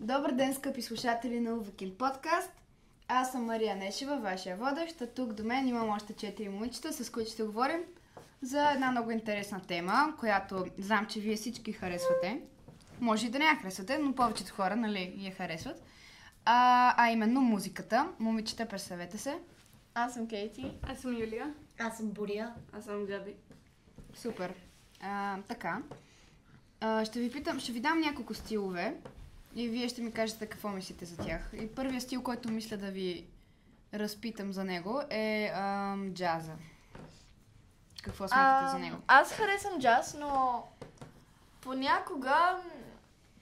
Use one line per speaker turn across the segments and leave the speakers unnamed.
Добър ден, скъпи слушатели на Увикин подкаст. Аз съм Мария Нешева, вашия водещ. А тук до мен имам още четири момичета, с които ще говорим за една много интересна тема, която знам, че вие всички харесвате. Може и да не я харесвате, но повечето хора, нали, я харесват. А, а именно музиката. Момичета, представете се.
Аз съм Кейти.
Аз съм Юлия.
Аз съм Бория.
Аз съм Габи.
Супер. А, така. А, ще ви питам, ще ви дам няколко стилове и вие ще ми кажете какво мислите за тях. И първият стил, който мисля да ви разпитам за него е ам, джаза. Какво смятате за него?
Аз харесвам джаз, но понякога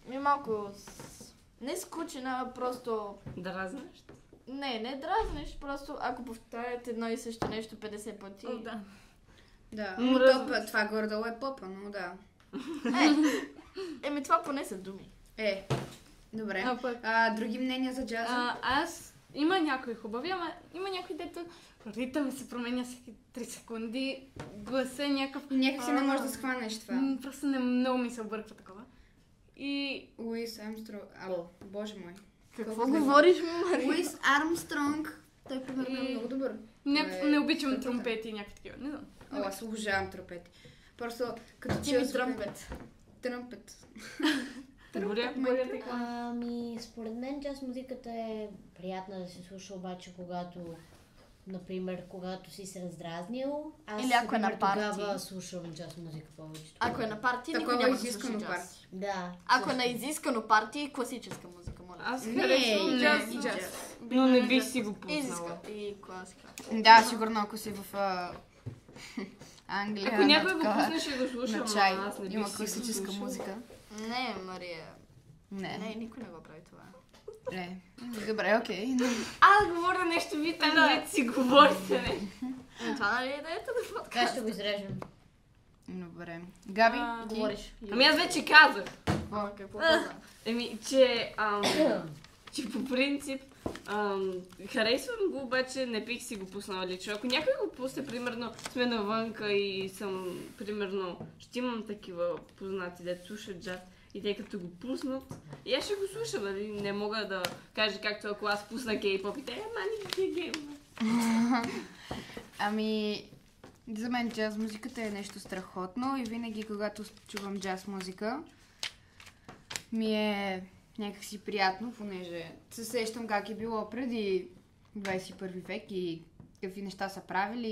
ми е малко с- не скучена, просто
Дразнеш?
не, не дразниш, просто ако повтарят едно и също нещо 50 пъти.
О, да.
Да,
М,
то,
разб-
пъ- това горе-долу е попа, но да.
Е, еми това поне са думи.
Е, добре.
А, пък-
А, други мнения за джаза?
А, аз има някои хубави, ама има някои, дето ритъм се променя всеки 3 секунди, гласа е някакъв...
И някак си не можеш
А,
да схванеш това.
м, Просто не, много ми се обърква такова. И
Луис Армстронг. Ало, боже мой.
Какво
Колко
говориш,
знам.
Мария?
Луис Армстронг. Той, примерно, е
И-
много добър.
не,
Е,
не обичам
тръпета.
тромпети и някакви такива, не знам.
О, аз обожавам тръпети. Просто като
Ти ми
аз-
тръмпет.
Тръмпет.
Боря,
ме
боря
тръпка.
така.
Ами, според мен част музиката е приятна да се слуша, обаче когато, например, когато си се раздразнил, аз
Или ако е на
например,
парти.
тогава слушам част музика повече.
Ако е на парти, никой
Такова
няма да слуша
изискано
джаз.
парти.
Да.
Ако е
също.
на изискано парти, класическа музика, моля.
Аз
Не,
харесвам
не,
джаз,
и джаз.
джаз. Но не бих си го
Изиска
познала.
и класика.
Да, сигурно, ако си в а, Англия.
Ако
на
някой го
такава-
пусне, ще го слушам,
на чай.
ама аз не бих
Има
си го
класическа
слушала.
музика.
Не, Мария.
Не.
Не, никой не го прави това.
Не. Добре, окей.
Аз говоря нещо, вие там
Да.
дете си говорите, не?
Е, Това нали е идеята на
Така
подкаст?
ще го изрежем.
Добре. Габи,
А,
ти?
Говориш.
Ами аз вече казах.
Какво?
Какво каза?
Еми, че, ам, че по принцип ам, харесвам го, обаче не бих си го пуснала лично. Ако някой го пусне, примерно сме навънка и съм, примерно, ще имам такива познати, да слушат джаз и те като го пуснат, и аз ще го слушам, нали? Не мога да кажа както ако аз пусна кей-поп и те, ама не ти е гей.
Ами, за мен джаз музиката е нещо страхотно и винаги, когато чувам джаз музика, ми е някакси приятно, понеже се сещам как е било преди 21 век и какви неща са правили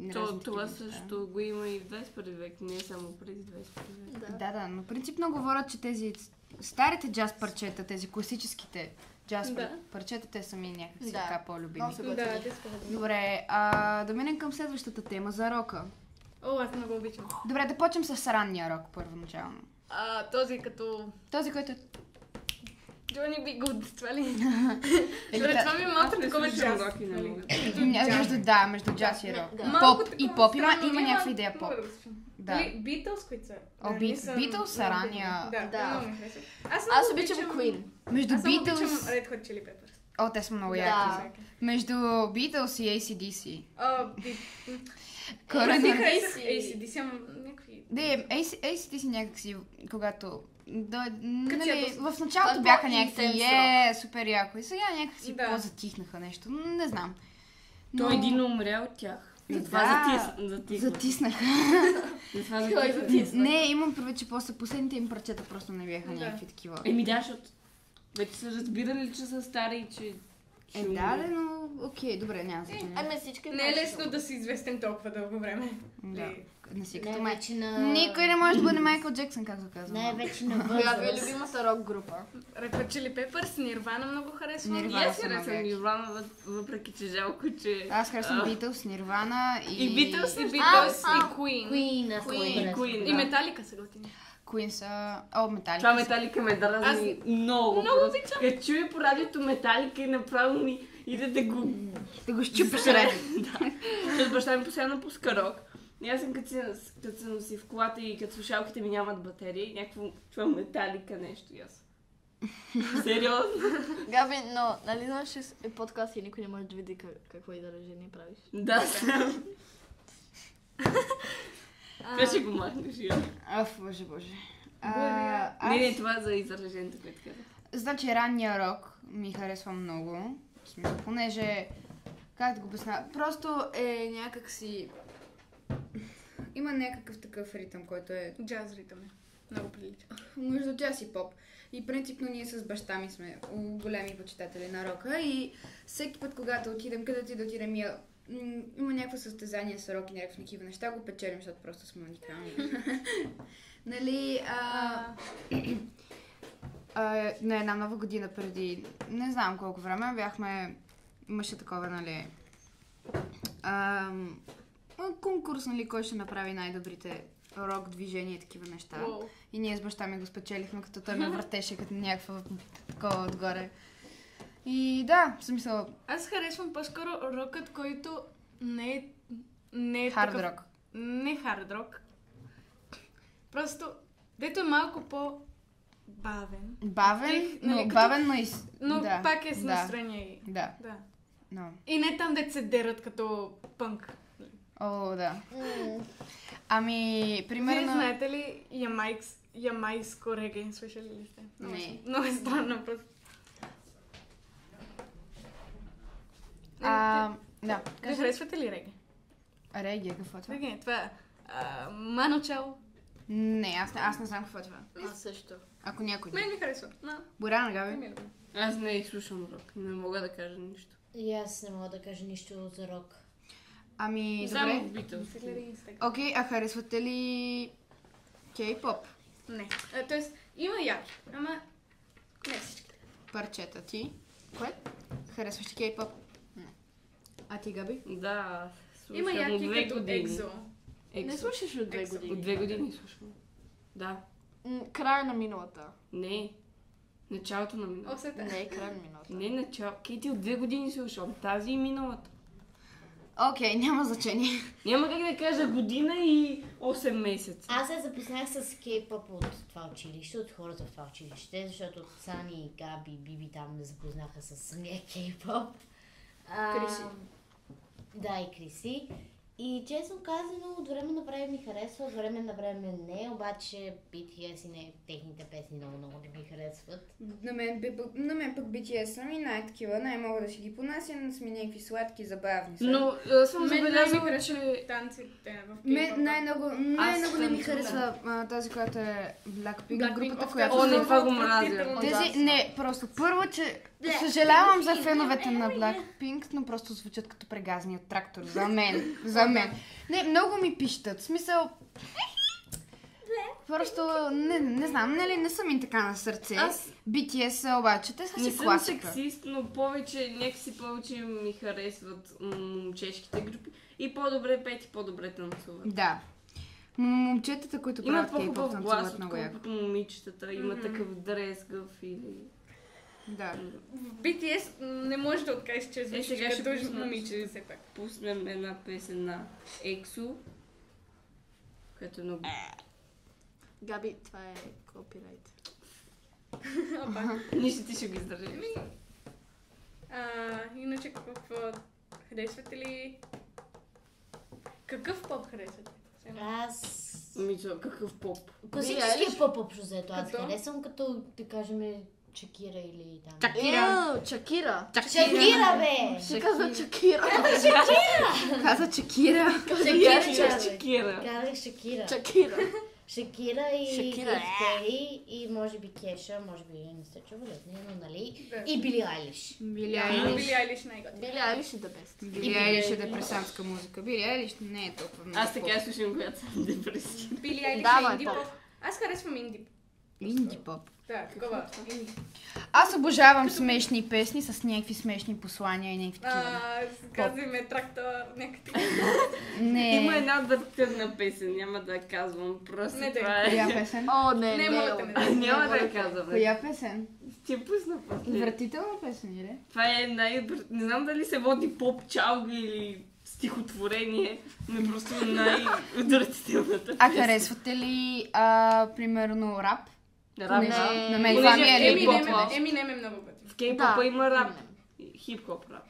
и
То,
разни
това
такива неща.
също го има и в 21 век, не само през 21 век.
Да, да, но принципно говорят, че тези старите джаз парчета, тези класическите джаз
Да.
пар- парчета, те са ми някакси
Да.
така по-любими.
Много са готини.
Добре, а, да минем към следващата тема за рока.
О, аз много обичам.
Добре, да почнем с ранния рок първоначално.
А, този като
Този, който е...
Джони Би Гуд, това ли?
Или
Добре,
та-
това ми е малко такова джаз.
нали?
Ня- между, да, между джаз и
Да,
рок.
да.
Поп и поп има, има някаква идея поп. Да.
Битълс, Нали, които са.
О,
Да,
Бит-
не съм-
Битълс са ранния.
Да,
Да.
много ми харесва. Аз, много
Аз обичам Queen.
Между
Аз Beatles... обичам е,
Beatles...
Red Hot Chili Peppers.
О, те са много
Да.
яки. Между Beatles и ACDC.
О, бит.
Корен
Не
е-
харесах
AC.
ACDC, ама някакви...
Не, AC ACDC някакси, когато... Да,
Като я
нали,
пусна.
в началото
Той е
бяха някакви,
по-интенс
е, супер яко. И сега някакси
Да.
по-затихнаха нещо. М, Не знам.
Той е един умря от тях.
Да.
затисна.
Затиснаха.
Затова
Кой затисна?
Не, имам предвид, че после последните им парчета просто не бяха
Да.
някакви такива.
Еми да, защото вече са разбирали, че са стари и че...
Е,
че
да,
умират.
да, но окей, добре, няма значение.
Ами всички
Не е лесно да си известен толкова дълго време.
Да,
Ли-
не си като май.
Най-вече на...
Никой не може да бъде Майкъл Джексън, както казвам.
Най-вече на
Коя ви е
възраст.
любимата рок група?
Red Hot Chili Peppers, Нирвана много харесвам.
Nirvana
И аз
са много
харесвам
яки.
Нирвана, въз- въпреки че жалко, че...
Аз харесвам
А,
Beatles, Nirvana и...
И Beatles, и
А,
Beatles,
а,
и Queen.
Queen, аз
И
Queen.
Queen, И да. Металика са готини.
Queen са... О, Metallica. са-
Това металика ме дразни много. Много обичам. Като чуя по радиото металика и направо ми иде да го...
Да го щупиш ред.
Защото баща ми постоянно пуска рок. И аз съм като, си, като съм си в колата и като слушалките ми нямат батерия и някакво чувам металика нещо и аз. Сериозно?
Габи, но нали знаеш, че е подкаст и никой не може да види как- какво и да ръжение правиш.
Да, съм. Това ще го махнеш, Йо.
Аф, боже, боже. А,
Не, не,
аз-
това е за изражението, което казах.
Значи ранния рок ми харесва много. В смисъл, понеже, как да го обясня, просто е някакси... Има някакъв такъв ритъм, който е
Джаз ритъм. е. Много прилича.
между джаз и поп. И принципно ние с баща ми сме големи почитатели на рока и всеки път, когато отидем, където и да отидем, я... м, има някакво състезание с рок и някакви такива неща, го печелим, защото просто сме уникални. нали, а... а, на една нова година преди, не знам колко време, бяхме, имаше такова, нали, а, конкурс, нали, кой ще направи най-добрите рок движения и такива неща.
Уау.
И ние с баща ми го спечелихме, като той ме въртеше като някаква такова отгоре. И да, в смисъл,
Аз харесвам по-скоро рокът, който не е... Не е
хард
такъв-
рок.
Не е хард рок. Просто, дето е малко по... Бавен.
Бавен,
Тих,
но,
нали, като-
бавен, но и... с-
Но
да,
пак е с
да,
настроение. и-
Да,
Да.
но...
И не там, дето се дерат като пънк.
О, да. Ами,
Вие
примерно...
знаете ли ямайкс, ямайско реге? Слушали ли сте? Много,
Не.
е- много е странно просто.
А, да.
Не харесвате ли реге?
Реги, какво е това?
Реге, това е а, Мано Чао.
Не, аз не, аз не знам какво е това.
Аз също.
Ако някой...
Мен ми харесва. Но,
Боряна,
не
Габи.
ми е любим.
Аз не изслушам рок. Не мога да кажа нищо.
И аз не мога да кажа нищо за рок.
Ами,
Само
добре.
Се
Beatles.
гледа и Instagram.
Окей, а харесвате ли... Кей-поп?
Не. А, тоест, има яки, ама не всички.
парчета. Ти? Кое? Харесваш ли кей-поп? Не. А ти, Габи?
Да, слушам
Има
от
яки
две
като
години.
екзо.
Екзо.
Не слушаш от две
Ексо.
години.
От две години слушам. Да.
М, Края на миналата. Не.
Началото на миналото.
Осета.
Не, края на миналата.
Не начало. Кейти от две години слушам. Тази и миналата.
Окей, няма значение.
Няма как да кажа година и 8 месеца.
Аз се запознах с кей-пъп от това училище, от хората в това училище, защото Сани, Габи, Биби там ме запознаха с самия кей-пъп. А,
Криси.
Да, и Криси. И честно казано, от време на време ми харесва, от време на време не, обаче BTS и не, техните песни много-много не ми харесват.
На мен, би- на мен пък BTS са ми най-такива, най-мога да си ги понася, но сме някакви сладки, забавни са.
Но аз съм
Мен най-ми
забелязала,
харесват
че...
танците в K-pop.
Мен най-много, най-много не ми
съм
харесва а, тази, която е Blackpink,
Blackpink,
групата,
of
която...
course.
О, не,
съм-
това го мразя.
Отвратително.
Тези, не, просто първо, че
Black-
съжалявам за
Blackpink,
феновете
не,
на
не, не.
Blackpink, но просто звучат като прегазния трактор. За мен. За мен. Не, много ми пищат. В смисъл... Просто не, не знам, нали, не съм им така на сърце.
Аз-
BTS обаче, те са
Не
си
съм
класика.
сексист, но повече, някакси повече ми харесват м, момчешките групи. И по-добре пети, по-добре танцуват.
Да. М- Момчетата, които
Имат
правят
по-хубав
кейпъл,
глас,
танцуват много яко.
отколкото момичетата. Има
Мгм.
такъв дрес, гъв или...
Да.
В BTS не можеш да откажеш, че звучиш
сега ще
като
пусна.
момиче все пак.
Пуснем една песен на Ексо, която е много...
Габи, това е копирайт.
Ние ще ти ще ги
Ами,
издържим.
А, иначе какво харесвате ли? Какъв поп харесвате? Сега.
Аз...
Мичо, какъв поп.
Класическия поп общо взето аз
Като?
харесвам, като да кажем Чакира или там.
Шакира.
Ел, Чакира.
Чакира, бе!
Ще каза Чакира.
Каза Чакира.
Чакира.
бе.
Шакира.
Казах Шакира.
Чакира.
Шакира и
Шакира, е.
Шакира. и може би Кеша, може би не сте чували от нея, но нали?
Да.
И Били Айлиш.
Били
Били
Айлиш.
Айлиш най-готина.
Били Айлиш е да бест.
Били Айлиш е депресантска музика. Били Айлиш не е толкова много.
Аз така
поп.
слушам, когато съм депресивна.
Били Айлиш
Да,
е
бе,
инди
поп.
поп. Аз харесвам инди поп.
Инди поп.
Да, такова. Инди.
Аз обожавам смешни песни с някакви смешни послания и някакви такива.
А, казваме трактор, някакви.
Не.
Има една отвратителна песен, няма да казвам. Просто
Не,
това
Коя
е...
песен?
О, не, не.
Не мога да те
Ел.
ме
А, няма
Не,
да казвам.
Коя песен?
Ти я пусна после.
Отвратителна песен, или?
Това е най... Не знам дали се води поп чалга или стихотворение, но е просто най-отвратителната
А
песен.
харесвате ли, а, примерно, рап?
Рап,
Понеже-
да.
На мен
Понеже
това ми е
Еми,
любов.
Еми,
Еми, не
е
ме много готин.
В кей-попа
Да.
има рап. Хип-хоп рап.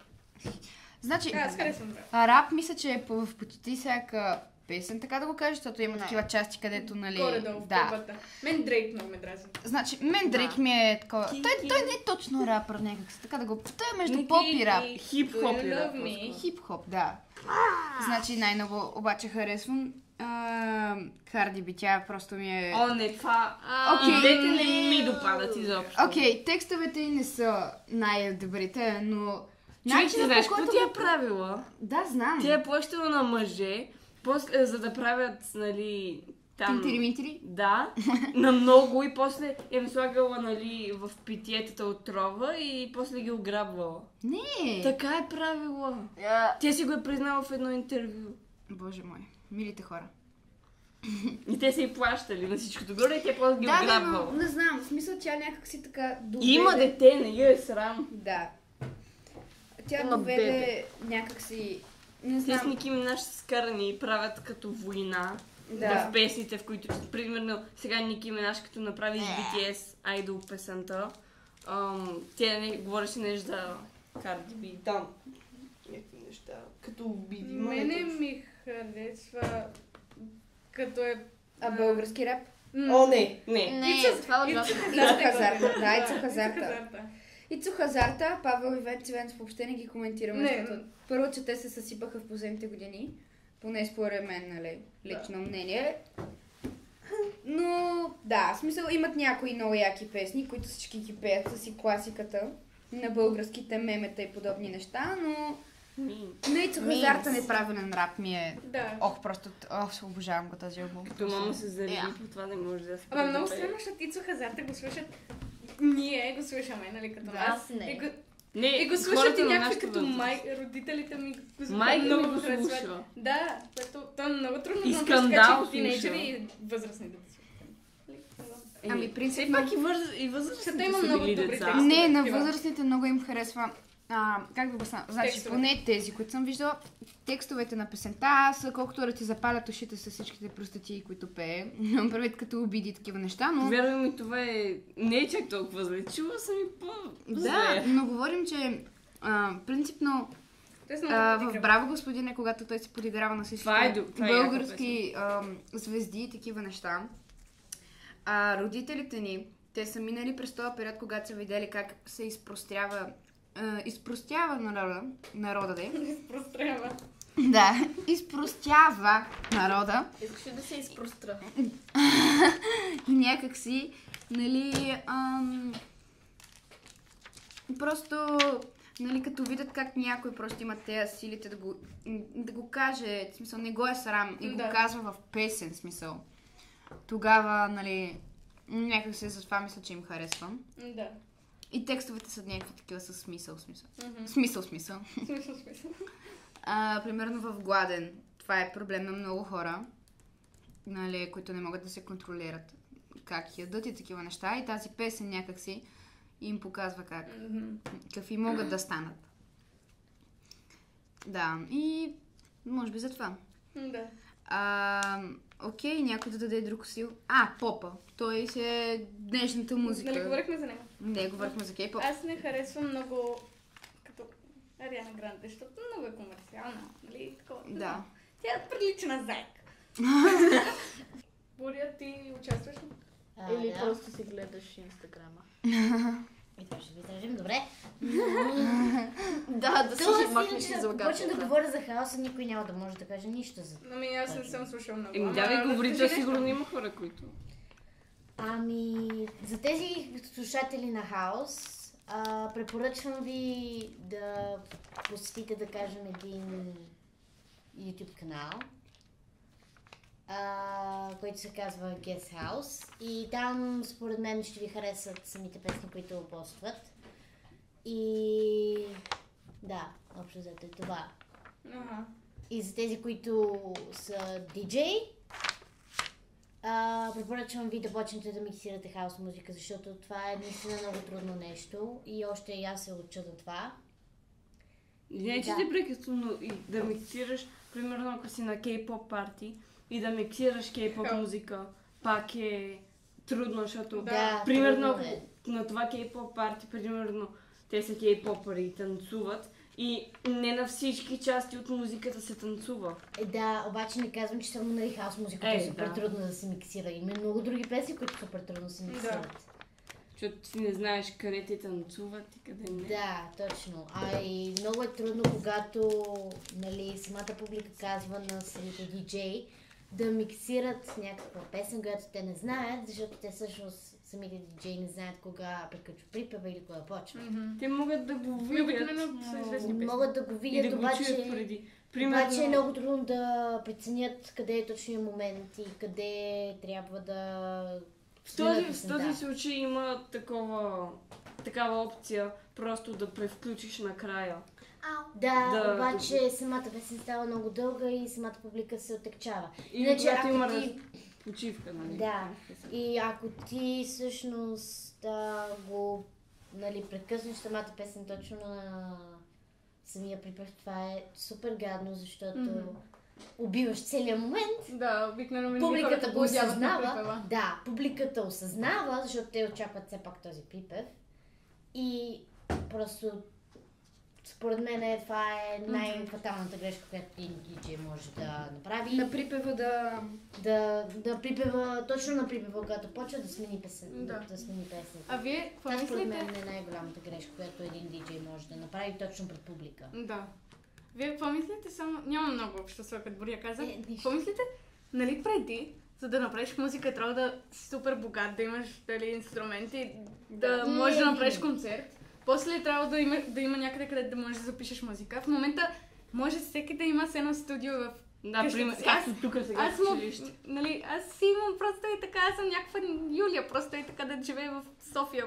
Значи,
Да, аз харесвам рап.
а, рап мисля, че е по- в почти всяка песен, така да го кажа, защото има
Не.
такива части, където, нали...
Горе-долу в
да.
кубата. Мен Дрейк много ме дразни.
Значи, мен Дрейк ми е такова.
Ки-
Той,
ки-
той не е точно рапър някак си, така да го... Той е между
Ники
поп и рап.
и Хип-хоп и рап.
Love me.
И хип-хоп, да. Значи най-много обаче харесвам а, Харди Би, тя просто ми е...
О, не, това...
Окей.
И двете не ми допадат изобщо.
Окей, текстовете й не са най-добрите, но...
Човек, ти
начинът,
знаеш,
по
какво
който
ти е
Значи, го-
правила?
Да, знам.
Тя е плащала на мъже, после, за да правят, нали, там...
Тинтири-минтири.
Да, на много и после им слагала, нали, в питиетата отрова и после ги ограбвала.
Не!
Така е правила. Тя си го е признала в едно интервю.
Боже мой, милите хора.
И те са и плащали на всичкото горе и тя после ги
да, да, но
ограбвала.
не знам, в смисъл тя някак си така доведе...
Има дете, не я е срам.
Да. Тя
Има
доведе някак си... Не
Те с
знам,
Ники Минаж са скарани и правят като война.
да.
в песните, в които, примерно, сега Ники Минаш, като направи
Е.
с BTS Idol песента, ам, тя не говореше неща Cardi B, там. Някакви неща, като обиди.
Мене ми харесва като е...
А български рап?
м,
О, не, не.
Не, това е ужасно.
Ицо Хазарта, да, Ицо Хазарта.
Хазарта.
Ицо Хазарта, Павел и Венци Венц въобще не ги коментираме,
Не.
защото първо, че те се съсипаха в последните години, поне според мен, нали, лично мнение. Но да, в смисъл имат някои много яки песни, които всички ги пеят са си класиката на българските мемета и подобни неща, но
Ми.
на Ицо Хазарта неправилен рап ми е...
Да.
Ох, просто, ох, обожавам го този албум.
Като мама се зареди, по това не може да се
Е. Ама
да
много
пее.
странно, защото Ицо Хазарта го слушат... Ние го слушаме, нали, като нас.
Аз не.
И го,
Не,
и го слушат
хората
и
на
някакви
нашата
като
възраст.
май... Родителите ми го слушат.
Майка ми
много
го
харесват.
слуша.
Да, което то е много трудно.
И
да
скандал
скандал Тинейджери
слуша.
и възрастни да слушат. Нали, не знам.
Ами, принцип,
Все пак и, върз... и възрастните
има
са
много
били
добри
деца.
тексти.
Не, на
такива.
възрастните много им харесва. А, как да го сна? Значи,
Текстовете.
поне тези, които съм виждала, текстовете на песента са колкото да ти запалят ушите с всичките простотии, които пее. Имам предвид като обиди и такива неща, но...
Вярвай ми, това е... Не е чак толкова зле. Чува съм и по...
Да,
зле.
но говорим, че а, принципно
Тоест много
а,
подиграват.
в Браво господине, когато той се подиграва на всички
Това е до- това е яка
български а, звезди и такива неща, а, родителите ни, те са минали през този период, когато са видели как се изпрострява, а, изпростява народа, народа де.
Разпрострява.
Да, изпростява народа
Искаш ли да се изпростра.
и някак си, нали, ам, просто, нали, като видят как някой просто има тези силите да го, м, да го каже, в смисъл, не го е срам и го
Да.
казва в песен, в смисъл. Тогава, нали, някак си за това мисля, че им харесвам.
М, Да.
И текстовете са някакви такива с смисъл, смисъл.
Мгм.
Смисъл, смисъл.
Смисъл, смисъл.
А, примерно в гладен. Това е проблем на много хора, нали, които не могат да се контролират как ядат и такива неща. И тази песен някакси им показва как,
Мгм.
какви могат да станат. Да, и може би за това.
М, Да.
А, окей, някой да даде друг сил. А, попа. Той си е днешната музика.
Нали говорихме за него?
Не, говорихме за кей-поп.
Аз не харесвам много като Ариана Гранде, защото много е комерциална, нали? Такова. не
Да.
знам. Тя е прилича на зайка. Боря, ти участваш ли?
А,
Или
да.
просто си гледаш инстаграма.
И това ще ви кажем, добре.
Да, да си
Тоест,
ги махнеш
иначе,
из
ако почна да
загадката.
говоря за хаоса, никой няма да може да каже нищо за това.
Ами аз не съм слушал много.
Еми,
Ама,
да, ви говори,
разкажи
че
нещо.
сигурно има хора, които...
Ами, за тези слушатели на хаос, а, препоръчвам ви да посетите, да кажем, един YouTube канал, а, който се казва Guest House. И там, според мен, ще ви харесат самите песни, които постват. И да, общо взето е това.
Ага.
И за тези, които са диджей, а, препоръчвам ви да почнете да миксирате хаос музика, защото това е наистина много трудно нещо и още и аз се уча до това.
Не, че
Да.
да. прекъсно, но и да миксираш, примерно ако си на кей-поп парти и да миксираш кей-поп
Ха.
музика, пак е трудно, защото...
Да.
примерно
трудно е.
ако на това кей-поп парти, примерно, те са кей-попъри и танцуват, И не на всички части от музиката се танцува.
Е, Да, обаче не казвам, че само нали хаос музиката
Е,
е супер
да.
трудно да се миксира. Има и много други песни, които супер трудно се миксират.
Защото ти не знаеш къде ти танцуват и къде не.
Да, точно. А и много е трудно, когато нали, самата публика казва на самите диджей да миксират някаква песен, която те не знаят, защото те всъщност самите диджеи не знаят кога приключва припева или кога почва.
Те могат да го
Ми,
видят.
обикновено са известни песни.
Могат да го
И
видят,
да го чуят
обаче...
преди.
Обаче е много трудно да преценят къде е точният момент и къде трябва да...
В този,
следят
в този
песента.
случай има такова, такава опция, просто да превключиш накрая.
Да,
Да.
обаче самата песен става много дълга и самата публика се отекчава.
И
Иначе,
когато
Значи, ако
има
ти-
раз... почивка, нали?
Да. И ако ти всъщност а, го нали, прекъснеш самата песен точно на самия припев, това е супер гадно, защото убиваш целият момент.
Да, обикновено
Публиката
хората
го
подяват на
осъзнава.
припева.
Да, публиката осъзнава, защото те очакват все пак този припев. И просто според мен е, това е най-фаталната грешка, която един диджей може да направи.
На припева да...
Да, да припева, точно на припева, когато почва да смени песен.
Да.
Да, да смени песен.
А вие, какво
Това според
мислите?
мен е най-голямата грешка, която един диджей може да направи точно пред публика.
Да. Вие какво мислите? Само... Няма много общо с това, като Боря каза.
Е, нищо.
Какво мислите? Нали преди, за да направиш музика, трябва да си супер богат, да имаш дали, инструменти, да
Не,
можеш да
не,
направиш
не.
концерт. После трябва да има, да има някъде, където да можеш да запишеш музика. В момента може всеки да има с едно студио в
Да,
Кажете
пример,
си, аз-
както тук сега
аз
в
му,
училище.
нали, аз си имам просто и така, аз съм някаква Юлия, просто и така да живее в София,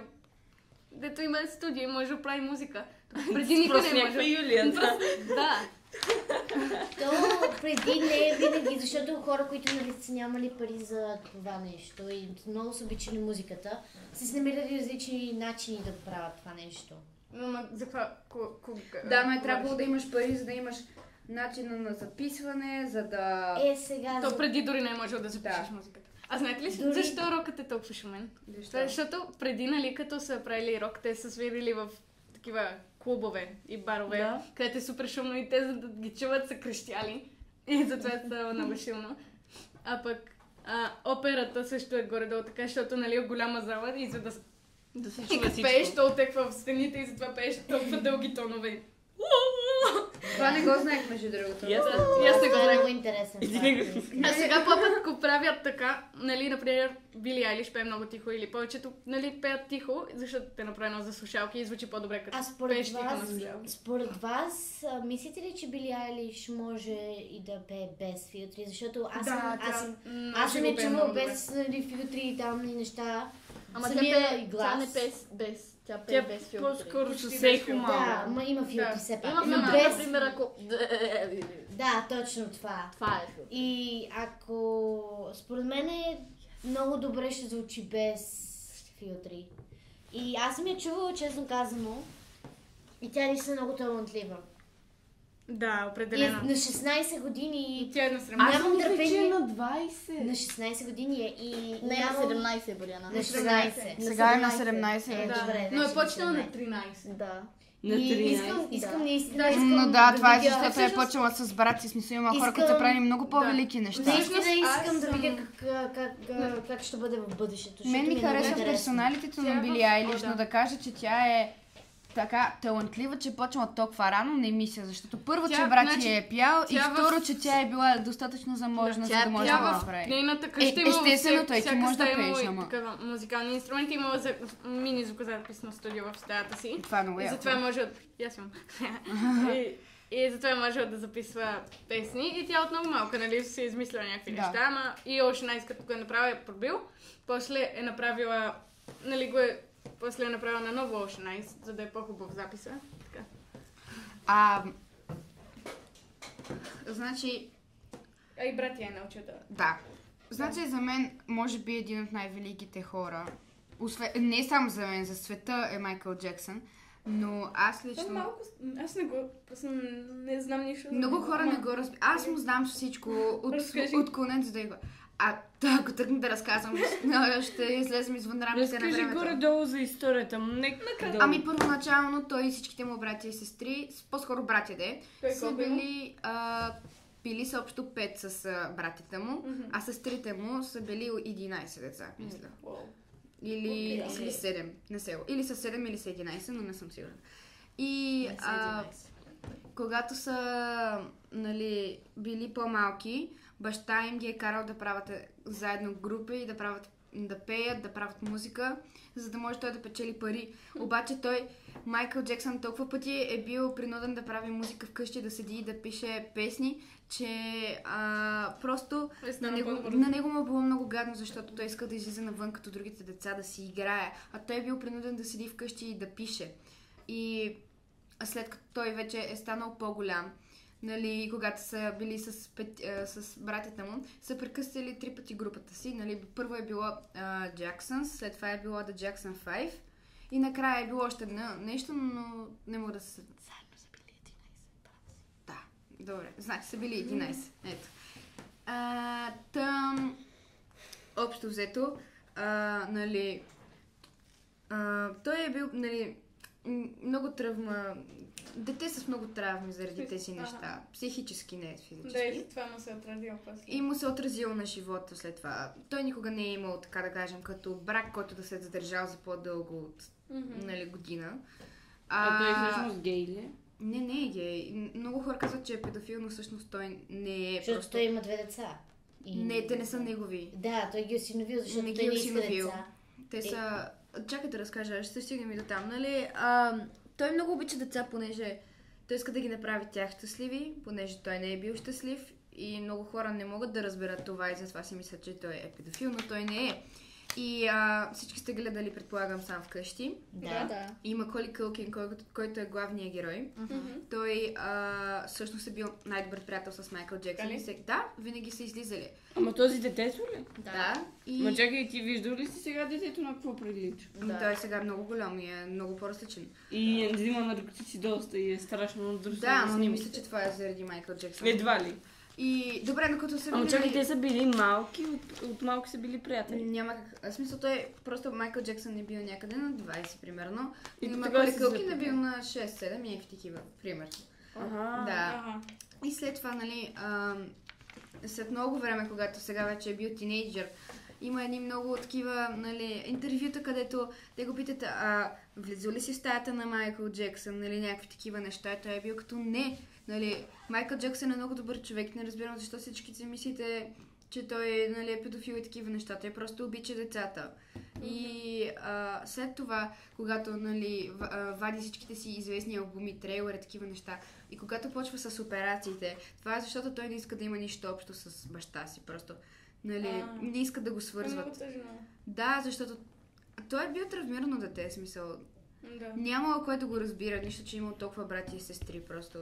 дето има студио и може да прави музика. Докато Преди никъде
Просто
не е
някаква
може.
Юлия, да.
Да.
То преди не е винаги, защото хора, които нали са нямали пари за това нещо и много са обичали музиката, са се намирали различни начини да правят това нещо.
Но, ма, за каква- ко- кога?
Да, ме е трябвало да имаш пари, за да имаш начина на записване, за да...
Е, сега...
То
за-
преди дори не е можел да запишеш
Да.
музиката. А знаете ли
Дори-
защо рокът е толкова шумен?
Защо?
Защото преди, нали, като са правили рок, те са свирили в такива клубове и барове,
Да.
където е супер шумно и те, за да ги чуват, са крещяли. И затова е става много шумно. А пък а, операта също е горе-долу така, защото нали, е голяма зала и за да с-
Да се
и
чува
като пееш,
всичко.
то отеква в стените и затова пееш толкова дълги тонове.
Това не го знаех, между другото.
И аз-
И аз не го
Това е
знаех.
много интересен
И ти
факт,
не го-
наистина.
А сега пъпът го правят така, нали, например, Били Айлиш пее много тихо или повечето, нали, пеят тихо, защото те направи едно за слушалки и звучи по-добре като
А според
пееш тихо на
вас,
слушалки.
според вас, а, мислите ли, че Били Айлиш може и да пее без филтри? Защото аз съм,
да,
аз,
тя
съм,
много
аз
си
съм
го
я
пее
чувала
много добре.
без нали, филтри и там и неща.
Ама тя
Самия
пее,
глас.
тя не пее с- без, тя пее
Тя
без филтри.
по-скоро с
без
сейхо
филтри.
Да,
малко.
ма има филтри
Да.
все пак.
Има
Но
филма,
без-
например, ако... е,
Да, точно това.
Това е филтър.
И ако според мен е много добре ще звучи без филтри. И аз съм я чувала, честно казано. И тя наистина е много талантлива.
Да,
И е
определено.
на 16 години
И тя е насрема.
Аз Нямам търпение.
на 20.
На 16 години е и...
Не, на
нямам-
17 Боряна.
На 16.
Сега е на 17.
Е,
Да.
добре,
Но е
значи
почнала на
17.
13.
Да.
На
И
13.
искам, искам
Да.
наистина...
Да,
искам
Но да, това е
видя-
защото е почела с брат си, смисъл има хора, които са
Искам-
правили много по-велики
Да.
неща.
Наистина
Всъщност,
искам
аз
да
съм-
видя как, как, как, как ще бъде в бъдещето. защото
Мен ми
е много
хареса
интересно.
персоналитето
Тя е
на
в-
Били
О,
Айлиш,
да.
но да кажа, че тя е така талантлива, че е почнала толкова рано, не мисля, защото първо,
Тя-
че брат
значи,
ти е пял и
тя в-
второ, че тя е била достатъчно заможна, за
тя
да
е
може да
Тя
го
в
направи.
нейната
Е,
къща имала
естествено,
всяка-
той ти
всяка
може да
стая имала
пееш,
и
ама.
такива музикални инструменти, имала за, мини звукозаписно студио в стаята си.
Това е много
И
яко.
затова може от... и Аз имам. и,
Е,
и затова може да записва песни. И тя от много малка, нали, си е измислила някакви
Да.
неща, ама и още най-скъпо, го е направила, е пробил. После е направила, нали, го е, после е направила на ново още най за да е по-хубав записа. Така.
А, значи,
А и брат я е научил да...
да. Значи за мен, може би един от най-великите хора, освен, не само за мен, за света е Майкъл Джексън, но аз
Той
Е,
лично...
малко... Аз не го... Просто не знам нищо. за
Много
него.
хора не
Ама-
го разбират. Аз му знам всичко от,
Разкажи.
от конец до иглата. А Та, ако тръгна да разказвам, ще- ще излезем извън рамките на
Разкажи
времето.
горе-долу за историята. Нека долу.
Ами първоначално той и всичките му братя и сестри, с- по-скоро братя де,
Той
са
колко има?
били, а, били са общо 5 с а, братята му,
Мгм.
а сестрите му са били 11 деца, мисля.
Уау.
Или,
Окей.
или 7, не се. Или са 7 или са 11, но не съм сигурна. И а, когато са нали, били по-малки, баща им ги е карал да правят е, заедно групи и да правят да пеят, да правят музика, за да може той да печели пари. Обаче той, Майкъл Джексън, толкова пъти е бил принуден да прави музика вкъщи, да седи и да пише песни, че а, просто
Е,
на
стана
него,
по-добре.
на него му е било много гадно, защото той иска да излиза навън като другите деца, да си играе. А той е бил принуден да седи вкъщи и да пише. И след като той вече е станал по-голям, нали, когато са били с, пет, а, с братята му, са прекъсали три пъти групата си. Нали, първо е било а, Jacksons, след това е било The Jackson 5 и накрая е било още едно нещо, но не мога да се... Заедно са били 11 Да, добре. Значи са били 11. Ето. А, там, общо взето, а, нали, а, той е бил, нали, м, много травма, дете с много травми заради тези
Ага.
неща. Психически, не физически.
Да, и това му се е отразило после.
И му се отразило на живота след това. Той никога не е имал, така да кажем, като брак, който да се е задържал за по-дълго от
Мгм.
нали, година.
А той всъщност гей ли? е?
Не, не е гей. Много хора казват, че е педофил, но всъщност той не е.
Защото
просто...
той има две деца. И-
Не, те не са негови.
Да, той ги осиновил, защото
Не
той
ги е
не иска
осиновил.
деца.
Те са... Чакай да разкажа, ще стигнем и до там, нали? А, той много обича деца, понеже той иска да ги направи тях щастливи, понеже той не е бил щастлив и много хора не могат да разберат това и затова си мислят, че той е педофил, но той не е. И а, всички сте гледали, предполагам, сам вкъщи.
Да.
да.
И Маколи Кълкин, който, който е главният герой.
Мгм.
Той а, всъщност е бил най-добър приятел с Майкъл Джексън.
Дали?
И всек- Да, винаги са излизали.
Ама този детето ли?
Да. да и...
Ма чакай, ти виждал ли си сега детето на какво прилича?
Ами Той сега е много голям и е много по-различен.
И е взима наркотици доста и е страшно дружно.
Да, но не мисля, че това е заради Майкъл Джексън.
Едва ли?
И добре, но като се
Ама чакай, те
видели...
са били малки, от, от малки са били приятели.
Няма как. а, В смисъл, той просто Майкъл Джексън е бил някъде на 20, примерно.
И
И
до тогава
Маколи
си
Кълкин е
запомня.
бил на 6-7 и някакви такива, примерно.
Ага.
Да.
Ага.
И след това, нали, ам, след много време, когато сега вече е бил тинейджър, има едни много такива, нали, интервюта, където те го питат, а влизал ли си в стаята на Майкъл Джексън, нали, някакви такива неща, и той е бил като не, нали, Майкъл Джексън е много добър човек, не разбирам защо всички си мислите, че той нали, е педофил и такива неща. Той просто обича децата. И а, след това, когато нали, в- а, вади всичките си известни албуми, трейлери, такива неща, и когато почва с операциите, това е защото той не иска да има нищо общо с баща си. Просто нали,
А. Ами,
не иска да го свързват.
Много тъжно.
Да, защото той е бил травмирано дете, в смисъл.
Да.
Нямало кой да го разбира, нищо, че е имал толкова брати и сестри, просто.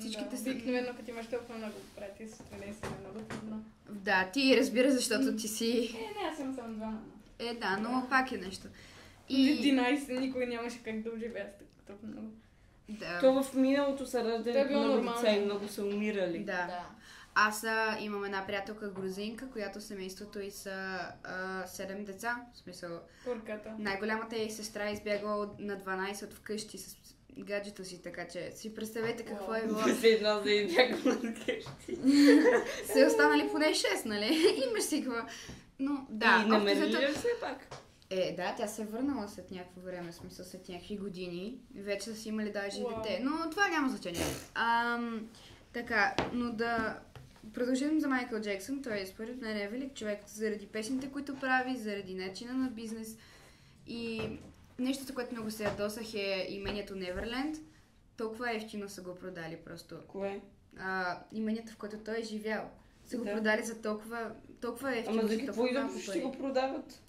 Всичките
да.
са-
Обикновено, като имаш толкова много брати, с не си много трудно.
Да, ти разбира, защото ти си...
Е, не, аз имам само двама. но.
Е, да, но пак е нещо. И...
11 никой нямаше как да оживея с так- толкова много.
Да.
То в миналото са
Той е
раждали
бил
много
нормален.
деца и много са
е
умирали.
да.
Да.
Аз а, имам една приятелка грузинка, която семейството и са а, 7 деца. В смисъл,
Курката.
най-голямата ей сестра е избягала от- на 12 от вкъщи с гаджето си, така че си представете какво е било.
Се едно за избягам от къщи.
Са останали поне 6, нали? Имаш си какво. Но да,
и
общо
намерили
взето-
ли все пак?
Е, да, тя се е върнала след някакво време, в смисъл след някакви години. Вече са си имали даже и
Уау.
дете, но това няма значение. Ам, така, но да продължим за Майкъл Джексън. Той е според мен е велик човек заради песните, които прави, заради начина на бизнес. И нещото, което много се ядосах е имението Неверленд. Толкова ефтино са го продали просто.
Кое?
А, имението, в което той е живял. Са го
Да.
продали за толкова, толкова ефтино.
Ама за
толкова
какво и да
малко
ще
пари.
го продават?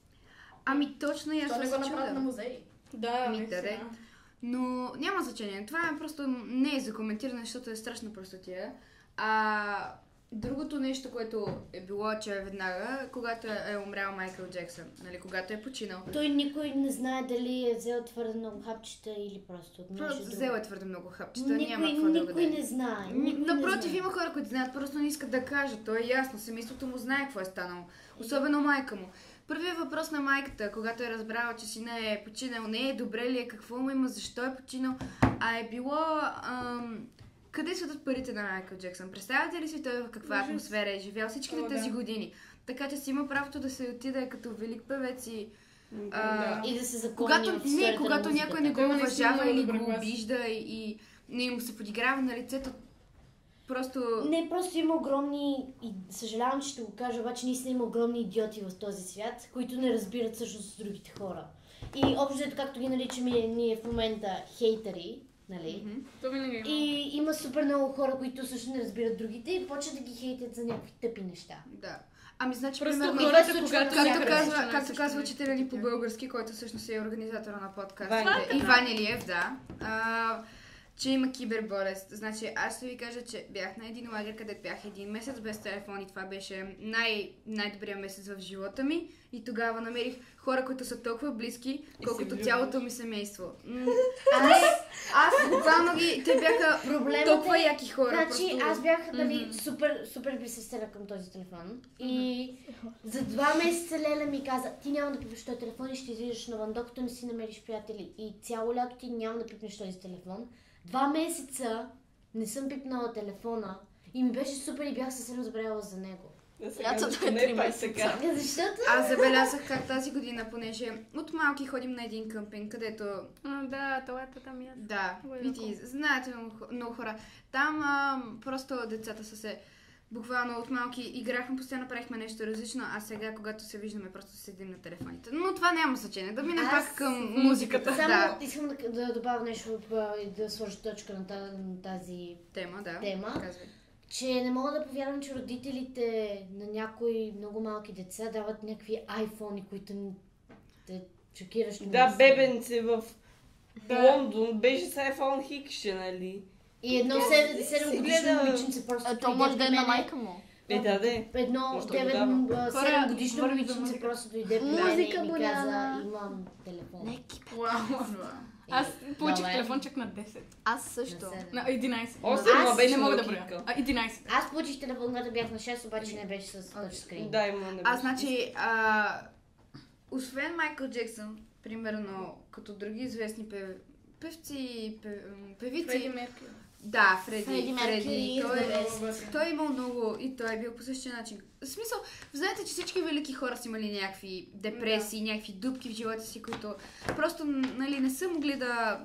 Ами точно и аз
Защо не
това
го
се
направят
чудя.
на музей?
Да,
Ми,
наистина.
да, да. Но няма значение. Това е просто не е за коментиране, защото е страшна простотия. А Другото нещо, което е било, че е веднага, когато е умрял Майкъл Джексън, нали, когато е починал.
Той никой не знае дали е взел твърде много хапчета или просто от
Просто взел е твърде много хапчета, няма
Никой,
какво да го
никой
даде.
не знае.
Ни-
Никой не
Напротив,
знае.
има хора, които знаят, просто не искат да кажат. То е ясно, семейството му знае какво е станало. Особено майка му. Първият въпрос на майката, когато е разбрала, че сина е починал, не е добре ли е, какво му има, защо е починал, а е било... Ам... Къде са от парите на Майкъл Джексън? Представяте ли си той в каква атмосфера е живял всичките
О, да.
тези години? Така че си има правото да се отиде като велик певец и... А,
Да.
И да се закони
когато,
е от
не,
сферата
когато
на
някой
музиката.
не го
Той наистина
уважава
много
или
добър
го
глас.
обижда и не му се подиграва на лицето, просто...
Не, просто има огромни, и съжалявам, че ще го кажа, обаче наистина има огромни идиоти в този свят, които не разбират всъщност другите хора. И общо, взето, както ги наричаме ние в момента хейтери, нали?
Мгм.
То винаги
е
има.
И има супер много хора, които също не разбират другите и почват да ги хейтят за някакви тъпи неща.
Да. Ами, значи,
Просто
примерно,
е
хората,
това се случва
когато
както
се
казва,
срещнат,
както
също
казва
не-
учителя ни по български, който всъщност е организатора на
е
Ваня.
подкастите, Иван Илиев, да, а, че има киберболест. Значи, аз ще ви кажа, че бях на един лагер, където бях един месец без телефон и това беше най- най-добрият месец в живота ми. И тогава намерих хора, които са толкова близки, колкото
влюбваш.
цялото ми семейство. М, Аз, аз буквално ги, те бяха
Проблемът
толкова
е-
яки хора.
Значи
просто-
аз бях нали, супер, супер присъствена към този телефон. И за два месеца Леля ми каза, ти няма да пипнеш този телефон и ще излизаш навън, докато не си намериш приятели. И цяло лято ти няма да пипнеш този телефон. Два месеца не съм пипнала телефона и ми беше супер и бях съвсем забравила за него.
Да се
Лятото
казва,
е
не
три
пак
месеца.
така.
Защото
Аз забелязах как тази година, понеже от малки ходим на един къмпинг, където,
А, да, това е там я.
да,
Много е
вити,
яко.
знаете много, хо- много хора. Там а, просто децата са се, буквално от малки играхме, постоянно правихме нещо различно, а сега, когато се виждаме, просто седим на телефоните. Но това няма значение. Да минем
Аз-
пак към музиката.
само
Да,
искам да, да добавя нещо а, и да сложа точка на тази, на тази
тема, да.
тема.
Казвай.
че не мога да повярвам, че родителите на някои много малки деца дават някакви айфони, които н- те шокиращо.
Да,
не са.
бебенце в Лондон беше с iPhone хикше, нали?
И едно
Тя
сед-
си
седемгодишно
гледа-
момиченце просто.
А то
дойде
може
при
да е на
мене.
майка му.
Е, да, да.
Едно
Може да го
девет-
дава.
а,
Хора,
седемгодишно
върви до
момиченце
музика.
просто дойде при мен и
Музика,
ми
Боляна.
каза, имам телефон.
Не, кипе.
И-
Аз получих
Добре.
телефончик на 10.
Аз
На
също.
седем.
На 11.
Осем,
ама
Аз
беше
не мога да
много
броя.
кика.
А, 11.
Аз получих телефон, когато бях на 6, обаче
Ами.
не беше с тъчскрин.
Да, има не
А,
беше.
значи, а, освен Майкъл Джексън, примерно, като други известни пев... певци, пев... певици...
Фреди Меркюри.
Да, Фреди,
Фреди
Фреди,
Меркюри,
той, е,
добре.
той е имал много и той е бил по същия начин. В смисъл, знаете, че всички велики хора са имали някакви депресии, някакви дупки в живота си, които просто нали, не са могли да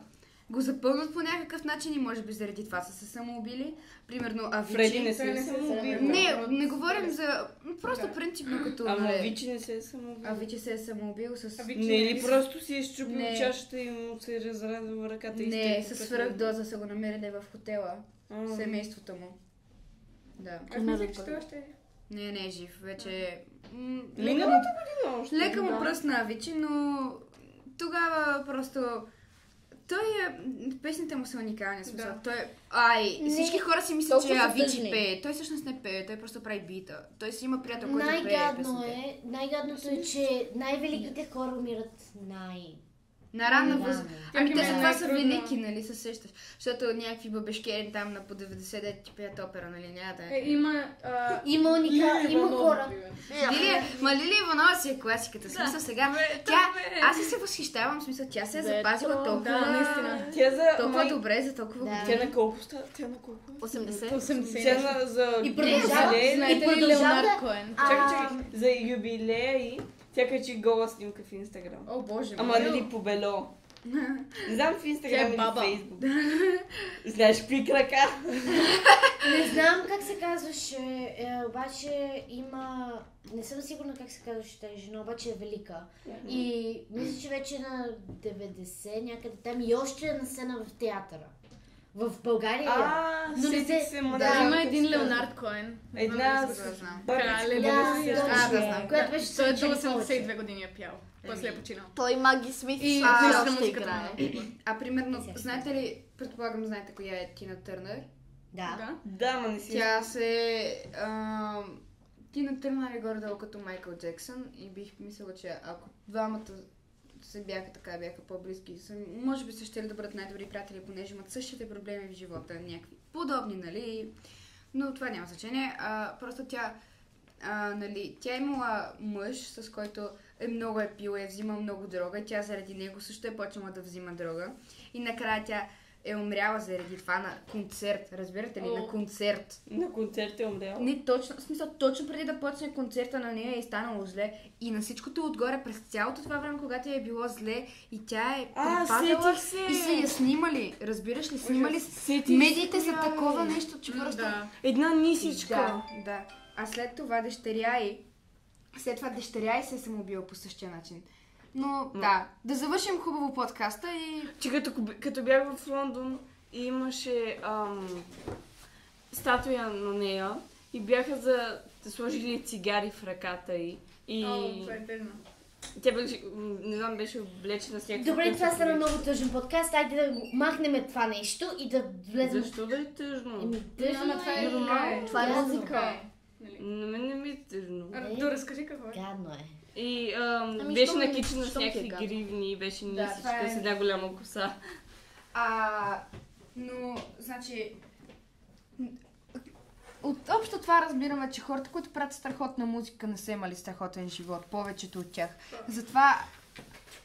го запълнат по някакъв начин и може би заради това са се самоубили. Примерно Авичи.
Фреди не
Той
се
не
е
се
самоубил.
самоубил.
Не, не говорим за... Просто
Да.
принципно като...
Ама
нали,
Вичи не се е самоубил.
а Вичи се е самоубил с...
Ави-
Не, или просто си е щупил
Не.
чашата и му се е разрадила ръката и
Не,
изтекла
с
като-
свръхдоза са го намерили в хотела.
А.
Семейството му. Да.
Аз
Ами,
мисля, че той още е.
Не, не е жив. Вече... м, Лека му,
Миналата година още.
лека му
Да.
пръсна Авичи, но тогава просто... Той е... Песните му са уникални, в смисъл.
Да.
Той е... Ай,
Не,
всички хора си мислят,
толкова
че
са
Авичи
тъжни.
пее. Той всъщност не пее, той просто прави бита. Той си има приятел, който пее
Най-гадно
песните.
е, най-гадното е, че най-великите хора умират най
На ранна
Рано.
възраст. Ами
Тя
те
ги
за
ме
това
е
са
трудно.
велики, нали, се сещаш. Защото някакви бабешки е там на по 90 дет ти пеят опера, нали, няма да е.
Е, има... а,
Има уникал,
Лили
има
Иванова,
хора.
например.
Лилия, ма Лилия Иванова си е класиката. В Смисъл сега. Тя, аз и се възхищавам, в смисъл, тя се е
Бе,
запазила
то, да,
толкова,
наистина.
Тя за...
толкова
май-
добре за толкова
Да.
години.
Тя на колко ста? Тя на колко?
80.
80.
Тя на, за...
И
продължава.
юбилея-
продължава. И
И продължава да-
продължава. Коен.
А,
Чакай, чакай. За юбилея и тя качи гола снимка в Инстаграм.
О, боже.
Ама нали по бело. Не знам в
Тя
Инстаграм
е
или в
баба.
Фейсбук. Знаеш какви крака?
Не знам как се казваше, е, обаче има... Не съм сигурна как се казваше тази жена, обаче е велика. И мисля, че вече е на 90 някъде там и още е на сцена в театъра. В България. е.
А,
Но не
сетих
се-
се, ма
да,
не знам
Има
как
един
се казва.
Леонард Коен.
Една
Да, да, знам.
Крале,
да,
Лили.
А, да,
точно.
знам.
Която беше
Той е до
съвечена повече.
82 години е пял. После е починал.
Той Маги Смит
И
а,
слуша
още
музиката
играе.
на
А примерно,
Сега.
знаете ли, предполагам, знаете коя е Тина Търнер?
Да.
Да.
Да, ма не си.
Тя се... А, ти не тръгна ли горе-долу като Майкъл Джексън и бих мислила, че ако двамата се бяха така, бяха по-близки, са- може би са ще да бъдат най-добри приятели, понеже имат същите проблеми в живота, някакви подобни, нали? Но това няма значение. А, просто тя, а, нали, тя е имала мъж, с който е много е пила, е взима много дрога, и тя заради него също е почнала да взима дрога. И накрая тя е умряла заради това на концерт, разбирате ли? На
О.
концерт.
На концерт е умряла.
Не точно, в смисъл, точно преди да почне концерта на нея е станало зле. И на всичкото отгоре, през цялото това време, когато я е било зле, и тя е
А,
предпазила
сетих се!
и са я снимали. Разбираш ли, снимали са.
Сетих
Медиите
се,
са
бе.
такова нещо, че
М,
просто...
Да.
Една нисичка.
Да, да. А след това дъщеря и... След това дъщеря и се е самоубила по същия начин. Но да, да завършим хубаво подкаста и...
Че като, б- като бях в Лондон и имаше ам, статуя на нея и бяха за да сложили цигари в ръката й. И
О, това е тъжно.
тя беше, м, не знам, беше облечена с някаква...
Добре, това
куца,
стана
нали?
много тъжен подкаст. Айде да го махнем това нещо и да влезем...
Защо да е тъжно?
Еми,
Да, ама
тъжно
това е
е.
така е.
Това е
Така
музика.
е, нали?
На мен не ми е тъжно.
Ами,
А, Да, разкажи какво е.
Гадно е.
И ам,
Ами,
беше
щом ми-
накичена с
е
щом ми се
някакви
гадно.
гривни, беше
Да,
нисичка
това е-
с една голяма коса.
А, но, значи... От общо това разбираме, че хората, които правят страхотна музика, не са имали страхотен живот. Повечето от тях. Затова,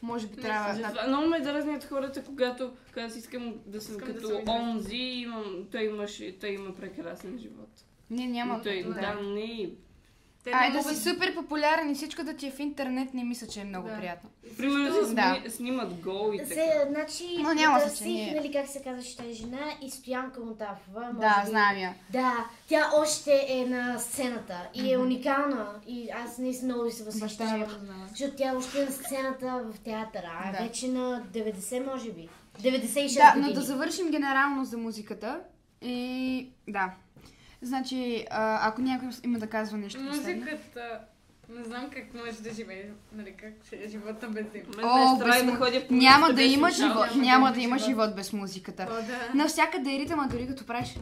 може би трябва... на-
Затова много ме дразнят хората, когато, когато си искам да съм
Искам да
като
съм известна.
онзи, имам, той, имаше, той има прекрасен живот.
Не, няма...
И той, да.
да.
не.
Те
Ай,
не
да
могат-
си супер популярен и всичко да ти е в интернет, не мисля, че е много
Да.
приятно.
Примерно се
Да.
сни, снимат гол и така.
Се, значи,
Но няма
търсих,
значение.
нали, как се казваше тази жена и Стоянка Мутафова. може
Да,
би.
знам я.
Да, тя още е на сцената и е уникална. И аз наистина много се
Баща ми
възхищавам.
я познава.
Защото тя още е на сцената в театъра, а
Да.
вече на 90 може би. 96
Да,
години.
но да завършим генерално за музиката. И да. Значи, а, ако някой има да казва нещо последно.
Музиката. Не знам как може да живее, нали, как ще е живота без зима.
Мен
О,
ме е страх
без
да
му-
ходя по
Няма да
улицата без
има
огледало.
живот,
няма
няма
да
да
има
има
живот.
живот без музиката.
О, да.
Навсякъде е ритъма, дори като правиш.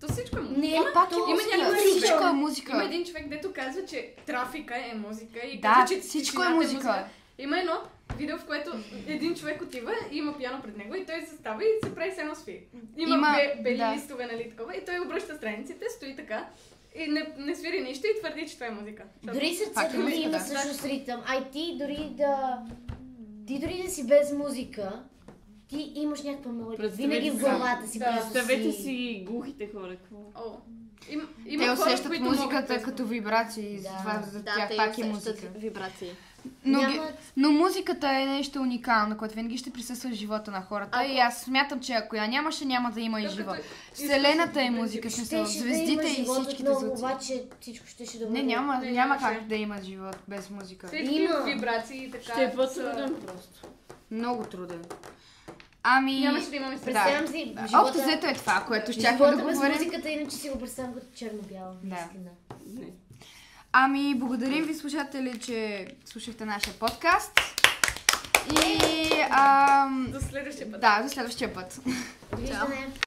То всичко е музика.
Не,
Има-
Пак е
то-
има
музика.
някаква
Всичко е
музика. Има
музика.
един човек, дето казва, че трафика е музика и
Да,
казва, че
всичко е
тишината
музика.
Има едно видео, в което един човек отива и има пиано пред него и той застава и се прави с едно сви. Има,
Има-
бе, бели
да.
листове, нали такова, и той обръща страниците, стои така и не, не свири нищо и твърди, че това е музика. Защото-
Дори
Пак е
сърцето ми
музика,
има
да.
всъщност ритъм. А и ти дори да... Ти дори да си без музика, ти имаш някаква мелодия.
Представете
Винаги в
си-
главата си.
да,
просто
Представете си глухите хора, какво?
О, им, има
Те
хора,
усещат
които
музиката
могат да-
като вибрации, и
Да.
затова за
Да,
тях
те
пак е
усещат
музика.
вибрации.
Но,
Няма-
ги, но музиката е нещо уникално, което винаги ще присъства в живота на хората. И аз смятам, че ако я нямаше, няма да има и
Докато
живот.
изслушаш
Вселената е
по
музика, в
принцип.
смисъл,
Щеше да има
звездите и
живот
всичките
отново,
звуци.
Обаче всичко ще ще да
Не,
бъде-
няма,
Не,
няма
нямаше.
как да има живот без музика.
Всички
Има.
вибрации и така.
Ще е
са-
по-труден просто.
Много труден. Ами...
Нямаше да имаме сега.
Представям си
Да.
живота...
Общо взето е това, което ще
живота
да
без
говорим.
музиката, иначе си го представям като черно-бяло.
Да.
наистина.
Не.
Ами, благодарим ви, слушатели, че слушахте нашия подкаст. И... Ам...
До следващия път.
Да, до следващия път.
Довиждане.